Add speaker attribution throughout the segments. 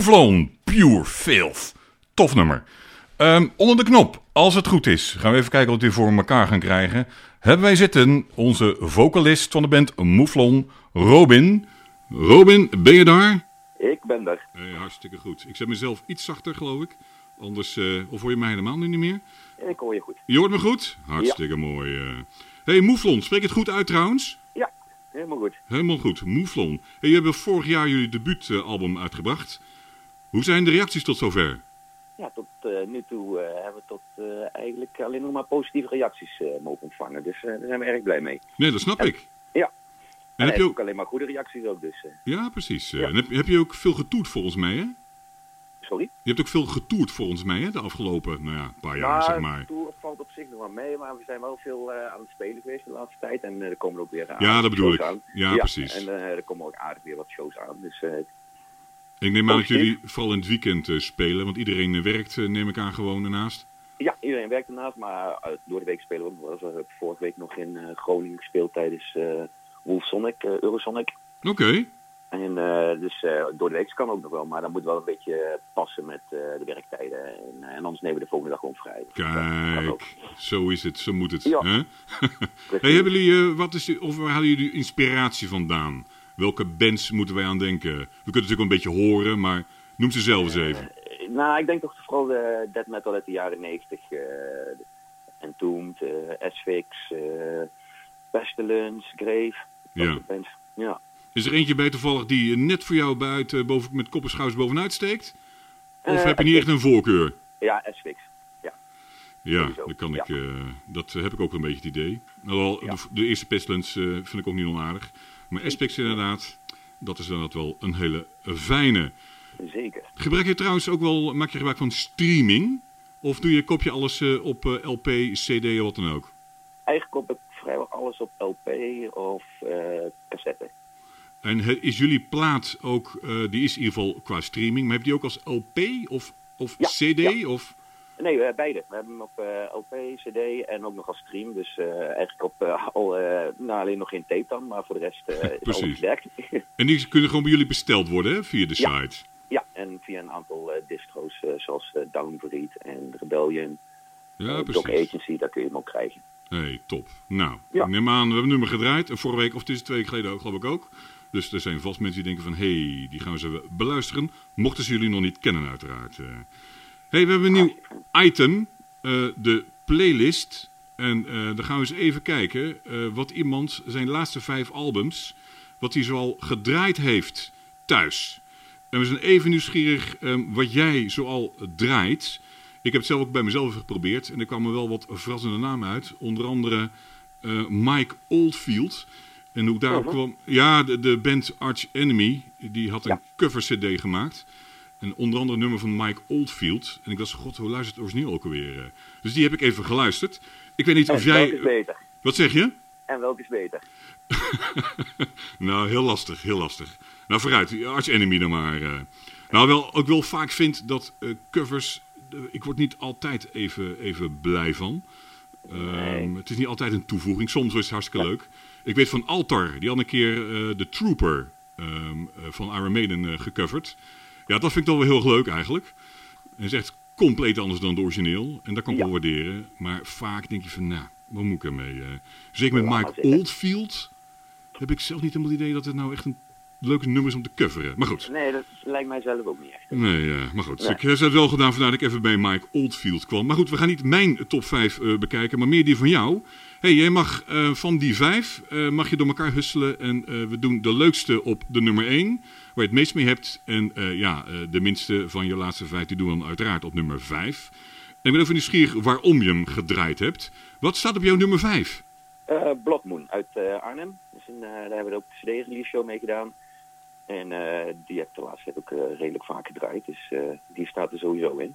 Speaker 1: Mouflon, Pure Filth. Tof nummer. Ehm, onder de knop, als het goed is. Gaan we even kijken wat we voor elkaar gaan krijgen. Hebben wij zitten onze vocalist van de band Mouflon, Robin. Robin, ben je daar?
Speaker 2: Ik ben er.
Speaker 1: Eh, hartstikke goed. Ik zet mezelf iets zachter, geloof ik. Anders, eh, of hoor je mij helemaal nu niet meer?
Speaker 2: Ik hoor je goed.
Speaker 1: Je hoort me goed? Hartstikke mooi. eh. hey, Mouflon, spreek het goed uit trouwens?
Speaker 2: Ja, helemaal goed.
Speaker 1: Helemaal goed, Mouflon. Hey, je hebben vorig jaar jullie debuutalbum uitgebracht. Hoe zijn de reacties tot zover?
Speaker 2: Ja, tot eh, nu toe eh, hebben we tot eh, eigenlijk alleen nog maar positieve reacties eh, mogen ontvangen. Dus eh, daar zijn we erg blij mee.
Speaker 1: Nee, dat snap ik.
Speaker 2: Ja.
Speaker 1: En
Speaker 2: En
Speaker 1: heb je
Speaker 2: ook
Speaker 1: ook...
Speaker 2: alleen maar goede reacties ook. Dus, eh,
Speaker 1: Ja, precies. eh, En heb, heb je ook veel getoerd volgens mij, hè?
Speaker 2: sorry.
Speaker 1: Je hebt ook veel getoerd volgens mij, hè? De afgelopen, nou ja, paar jaar, zeg maar.
Speaker 2: de tour valt op zich nog wel mee, maar we zijn wel veel eh, aan het spelen geweest de laatste tijd. En eh, er komen ook weer aan.
Speaker 1: Ja, dat bedoel
Speaker 2: shows
Speaker 1: ik.
Speaker 2: aan.
Speaker 1: Ja, precies.
Speaker 2: En eh, er komen ook aardig weer wat shows aan. Dus eh,
Speaker 1: Ik neem aan dat
Speaker 2: Positief.
Speaker 1: jullie vooral in het weekend eh, spelen, want iedereen eh, werkt, eh, neem ik aan, gewoon daarnaast.
Speaker 2: ja, iedereen werkt ernaast. Maar eh, door de week spelen we ook nog wel eens. We hebben vorige week nog in eh, Groningen gespeeld tijdens eh Wolf Sonic, eh, Eurosonic.
Speaker 1: Oké,
Speaker 2: En eh, dus eh, door de week kan ook nog wel, maar dat moet wel een beetje eh, passen met eh, de werktijden. En, eh, en anders nemen we de volgende dag gewoon vrij. Dus dat kan ook.
Speaker 1: kijk. Zo is het, zo moet het.
Speaker 2: Ja.
Speaker 1: Hè? hey, hebben jullie, eh, wat is die, of waar halen jullie inspiratie vandaan? Welke bands moeten wij aan denken? We kunnen natuurlijk wel een beetje horen, maar noem ze zelf eens even.
Speaker 2: Eh, nou, ik denk toch vooral de death metal uit de jaren 90. en Entombed, eh Asphyx, eh, Pestilence, Grave. dat
Speaker 1: Ja.
Speaker 2: soort bands. ja.
Speaker 1: Is er eentje bij toevallig die eh, net voor jou buiten, boven, met kopperschuis bovenuit steekt? Of
Speaker 2: Eh,
Speaker 1: heb je niet echt een voorkeur?
Speaker 2: Ja, Asphyx. Ja.
Speaker 1: Ja,
Speaker 2: Sowieso,
Speaker 1: dat, kan
Speaker 2: ja.
Speaker 1: ik, eh, dat heb ik ook wel een beetje het idee. Alhoewel, de, de eerste Pestilence eh, vind ik ook niet onaardig. Maar Aspects inderdaad, dat is inderdaad wel een hele fijne.
Speaker 2: Zeker.
Speaker 1: Gebruik je trouwens ook wel, maak je gebruik van streaming? Of doe je, koop je alles eh, op eh, LP, CD, wat dan ook?
Speaker 2: Eigenlijk koop ik vrijwel alles op LP of eh cassette.
Speaker 1: En eh, is jullie plaat ook, eh, die is in ieder geval qua streaming, maar heb je die ook als LP of, of
Speaker 2: Ja,
Speaker 1: CD?
Speaker 2: ja.
Speaker 1: Of,
Speaker 2: Nee, eh, beide. We hebben hem op eh, LP, CD en ook nog als stream. Dus eh, eigenlijk op eh, al, eh, nou, alleen nog geen tape dan, maar voor de rest eh, is alles
Speaker 1: Precies.
Speaker 2: gedekt.
Speaker 1: en die kunnen gewoon bij jullie besteld worden hè, via de
Speaker 2: Ja.
Speaker 1: site.
Speaker 2: ja, en via een aantal eh, distro's eh, zoals eh, Downbreed en Rebellion,
Speaker 1: Ja,
Speaker 2: eh, Doc Agency, daar kun je hem ook krijgen.
Speaker 1: Hé, hey, top. Nou,
Speaker 2: Ja.
Speaker 1: ik neem aan, we hebben een nummer gedraaid. En vorige week, of het is twee weken geleden ook, geloof ik ook. Dus er zijn vast mensen die denken van, hé, hey, die gaan we eens even beluisteren. Mochten ze jullie nog niet kennen, uiteraard. eh. Hé, hey, we hebben een nieuw item. eh, de playlist. En eh dan gaan we eens even kijken eh, wat iemand zijn laatste vijf albums, wat hij zoal gedraaid heeft thuis. En we zijn even nieuwsgierig ehm, wat jij zoal draait. Ik heb het zelf ook bij mezelf geprobeerd en er kwamen wel wat verrassende namen uit. Onder andere eh, Mike Oldfield. En hoe ik daarop kwam... Ja, de, de band Arch Enemy, die had een cover cd gemaakt. En onder andere een nummer van Mike Oldfield. En ik dacht, god, hoe luistert het origineel ook alweer? eh? Dus die heb ik even geluisterd. Ik weet niet of
Speaker 2: En welke
Speaker 1: Dus jij...
Speaker 2: is beter?
Speaker 1: Wat zeg je?
Speaker 2: En welke is beter?
Speaker 1: Nou, heel lastig, heel lastig. Nou, vooruit, Arch Enemy dan maar. eh. Nou, wel, ook wel vaak vind dat eh, covers... eh, ik word niet altijd even, even blij van. Ehm, Het is niet altijd een toevoeging. Soms is het hartstikke leuk. Ik weet van Altar, die had een keer eh The Trooper ehm, eh, van Iron Maiden eh, gecoverd. Ja, dat vind ik dan wel heel leuk eigenlijk. En is echt compleet anders dan het origineel. En dat kan ik wel waarderen. Maar vaak denk je van, nou, wat moet ik ermee? eh? zeker met
Speaker 2: maar
Speaker 1: Mike
Speaker 2: zeker.
Speaker 1: Oldfield heb ik zelf niet helemaal het idee dat het nou echt een leuke nummer is om te coveren. Maar goed.
Speaker 2: Nee, dat lijkt mij zelf ook niet echt.
Speaker 1: Nee, ja, maar goed.
Speaker 2: Nee.
Speaker 1: Ik heb het wel gedaan vandaar dat ik even bij Mike Oldfield kwam. Maar goed, we gaan niet mijn top 5 eh, bekijken, maar meer die van jou. hey, jij mag eh, van die vijf eh, mag je door elkaar husselen. En eh, we doen de leukste op de nummer 1, waar je het meest mee hebt. En eh, ja, eh, de minste van je laatste vijf, die doen we dan uiteraard op nummer 5. En ik ben even nieuwsgierig waarom je hem gedraaid hebt. Wat staat op jouw nummer 5?
Speaker 2: Eh Blood Moon uit eh, Arnhem. Dus een, eh, daar hebben we ook de CD-release show mee gedaan. En eh, die heb ik de laatste tijd ook eh, redelijk vaak gedraaid. Dus eh, die staat er sowieso in.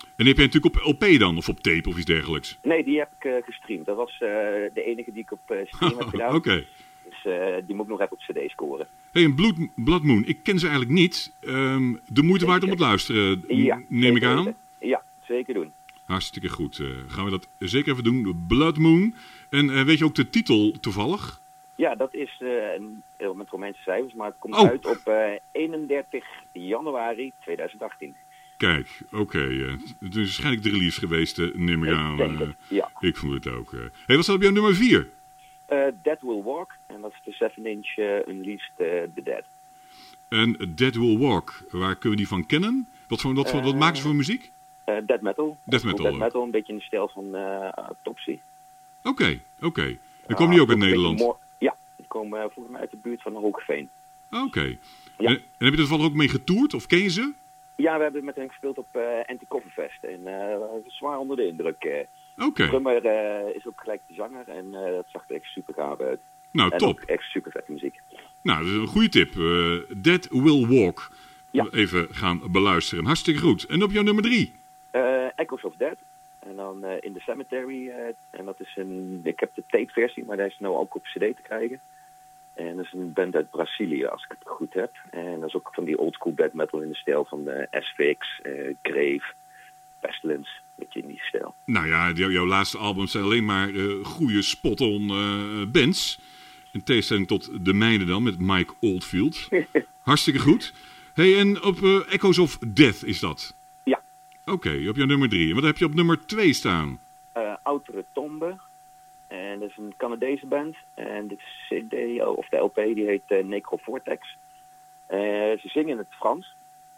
Speaker 1: En die heb je natuurlijk op LP dan, of op tape of iets dergelijks.
Speaker 2: Nee, die heb ik eh, gestreamd. Dat was eh, de enige die ik op eh, stream heb gedaan.
Speaker 1: Oké.
Speaker 2: Dus eh, die moet ik nog even op cd scoren.
Speaker 1: Hey, een Blood, Blood Moon, ik ken ze eigenlijk niet. Ehm, de moeite waard om het luisteren, n-
Speaker 2: Ja,
Speaker 1: neem ik
Speaker 2: zeker
Speaker 1: aan.
Speaker 2: weten. Ja, zeker doen.
Speaker 1: Hartstikke goed. Eh, gaan we dat zeker even doen. Blood Moon. En eh, weet je ook de titel toevallig?
Speaker 2: Ja, dat is eh, een- heel met Romeinse cijfers, maar het komt
Speaker 1: Oh.
Speaker 2: uit op eh, 31 januari 2018.
Speaker 1: Kijk, oké. eh, het is waarschijnlijk de release geweest, eh, neem ik
Speaker 2: ik
Speaker 1: aan.
Speaker 2: denk
Speaker 1: eh.
Speaker 2: het, ja.
Speaker 1: ik vond het ook. eh. hey, wat staat op jouw nummer 4?
Speaker 2: Eh, Dead Will Walk, en dat is de 7-inch eh Unleashed eh, The Dead.
Speaker 1: En Dead Will Walk, waar kunnen we die van kennen? Wat, voor, wat, voor, wat maken ze voor muziek?
Speaker 2: Eh, dead Metal.
Speaker 1: Death metal eh.
Speaker 2: Dead
Speaker 1: ook.
Speaker 2: Metal, een beetje in de stijl van eh Autopsy.
Speaker 1: Oké, oké.
Speaker 2: Ah,
Speaker 1: En komen die ook uit
Speaker 2: een beetje
Speaker 1: Nederland? Oké.
Speaker 2: mor- Ja, die komen eh, volgens mij uit de buurt van Hoogveen.
Speaker 1: En, en heb je er toevallig ook mee getoerd? Of ken je ze?
Speaker 2: Ja, we hebben met hen gespeeld op eh Anti-Coffeefest en eh, we waren zwaar onder de indruk. eh.
Speaker 1: Oké.
Speaker 2: Drummer eh, is ook gelijk de zanger en eh, dat zag er echt super gaaf uit.
Speaker 1: Nou,
Speaker 2: en
Speaker 1: top.
Speaker 2: ook echt super vette muziek.
Speaker 1: Nou, dat is een goede tip. Eh Dead Will Walk.
Speaker 2: Ja.
Speaker 1: Even gaan beluisteren. Hartstikke goed. En op jouw nummer 3?
Speaker 2: Eh, Echoes of Dead. En dan eh, In the Cemetery. eh, en dat is een... Ik heb de tapeversie, maar die is nou ook op cd te krijgen. En dat is een band uit Brazilië, als ik het goed heb. En dat is ook van die old school death metal in de stijl van de SVX, eh, Grave, Pestilence. Beetje in die stijl.
Speaker 1: Nou ja, jou- jouw laatste albums zijn alleen maar eh, goede spot-on eh, bands. In tegenstelling tot de mijne dan, met Mike Oldfield. Hartstikke goed. hey, en op eh, Echoes of Death is dat?
Speaker 2: Ja.
Speaker 1: Oké, op jouw nummer 3. En wat heb je op nummer 2 staan?
Speaker 2: eh Outere Tombe. En dat is een Canadese band. En de CD, oh, of de LP, die heet eh, Necrovortex. Eh, ze zingen in het Frans.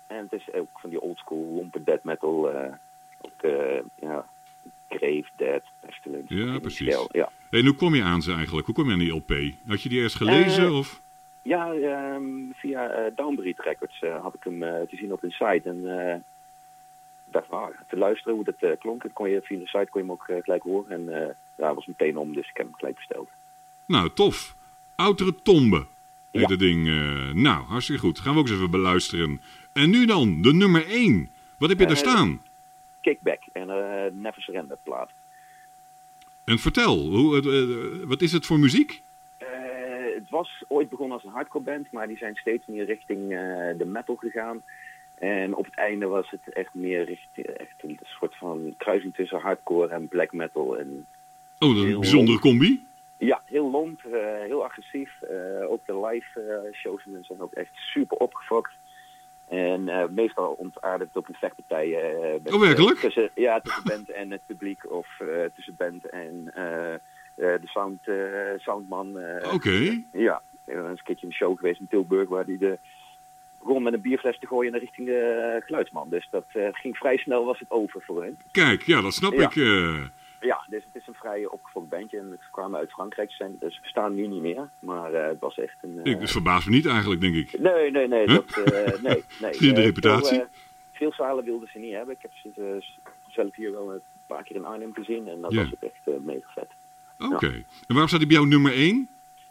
Speaker 2: En het is ook van die oldschool lompe dead metal. eh, ook, eh, ja, grave dead, pestilence.
Speaker 1: Ja,
Speaker 2: In die
Speaker 1: precies.
Speaker 2: stijl, Ja,
Speaker 1: Hey, en hoe kom je aan ze eigenlijk? Hoe kom je aan die LP? Had je die eerst gelezen?
Speaker 2: Eh,
Speaker 1: of?
Speaker 2: ja ehm, via eh, Downbreed Records eh, had ik hem eh, te zien op hun site. En eh, ik dacht, ah, te luisteren hoe dat eh, klonk. Dat kon je, via de site kon je hem ook eh, gelijk horen. En eh daar was meteen om, dus ik heb hem gelijk besteld.
Speaker 1: Nou, tof. Outere Tombe heet
Speaker 2: Ja.
Speaker 1: het ding. eh, nou, hartstikke goed. Gaan we ook eens even beluisteren. En nu dan, de nummer 1. Wat heb je daar
Speaker 2: Eh,
Speaker 1: staan?
Speaker 2: Kickback en eh Never Surrender plaat.
Speaker 1: En vertel, hoe, het, eh, wat is het voor muziek?
Speaker 2: Eh, het was ooit begonnen als een hardcore band, maar die zijn steeds meer richting eh, de metal gegaan. En op het einde was het echt meer richting echt een soort van kruising tussen hardcore en black metal. En
Speaker 1: Oh, dat is een
Speaker 2: Heel
Speaker 1: bijzondere combi.
Speaker 2: ja, heel lomp, eh, heel agressief. Eh, ook de live eh, shows en zo zijn ook echt super opgefokt. En eh, meestal ontaarde het op een vechtpartij. eh, met-
Speaker 1: Oh, werkelijk?
Speaker 2: tussen, ja, tussen band en het publiek of eh, tussen band en eh, eh, de sound, eh, soundman. eh,
Speaker 1: Oké.
Speaker 2: Ja, er is een keertje een show geweest in Tilburg waar hij de begon met een bierfles te gooien naar richting de geluidsman. Dus dat eh, ging vrij snel, was het over voor hen.
Speaker 1: Kijk, ja, dat snap
Speaker 2: Ja.
Speaker 1: ik. eh.
Speaker 2: Ja, dus het is een vrij opgefokt bandje en ze kwamen uit Frankrijk. Ze zijn, dus we staan nu niet meer, maar eh, het was echt een... eh,
Speaker 1: ik, het verbaast me niet eigenlijk, denk ik.
Speaker 2: Nee, nee, nee,
Speaker 1: Huh?
Speaker 2: dat, eh, nee, nee.
Speaker 1: Zie je de
Speaker 2: Eh,
Speaker 1: reputatie?
Speaker 2: eh, veel zalen wilden ze niet hebben. Ik heb ze eh, zelf hier wel een paar keer in Arnhem gezien en dat
Speaker 1: Ja.
Speaker 2: was het echt eh, mega vet.
Speaker 1: Oké. En waarom staat hij bij jou nummer 1?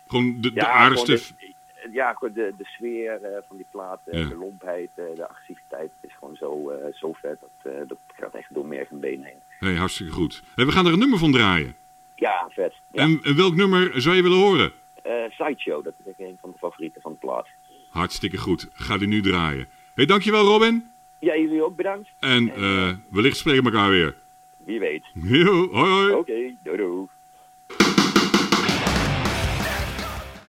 Speaker 1: Gewoon de, de aardigste...
Speaker 2: gewoon de- ja, gewoon de, de sfeer eh, van die plaat, eh,
Speaker 1: Ja.
Speaker 2: de lompheid, eh, de agressiviteit is gewoon zo, eh, zo vet. Dat, eh, dat gaat echt door merg en been heen.
Speaker 1: hey, hartstikke goed. Hey, we gaan er een nummer van draaien.
Speaker 2: Ja, vet. Ja.
Speaker 1: En, en welk nummer zou je willen horen?
Speaker 2: Eh, Sideshow, dat is echt een van de favorieten van de plaat.
Speaker 1: Hartstikke goed. Ga die nu draaien. hey, dankjewel Robin.
Speaker 2: Ja, jullie ook bedankt.
Speaker 1: En eh, wellicht spreken we elkaar weer.
Speaker 2: Wie weet.
Speaker 1: Yo, hoi hoi.
Speaker 2: Oké, doei doei.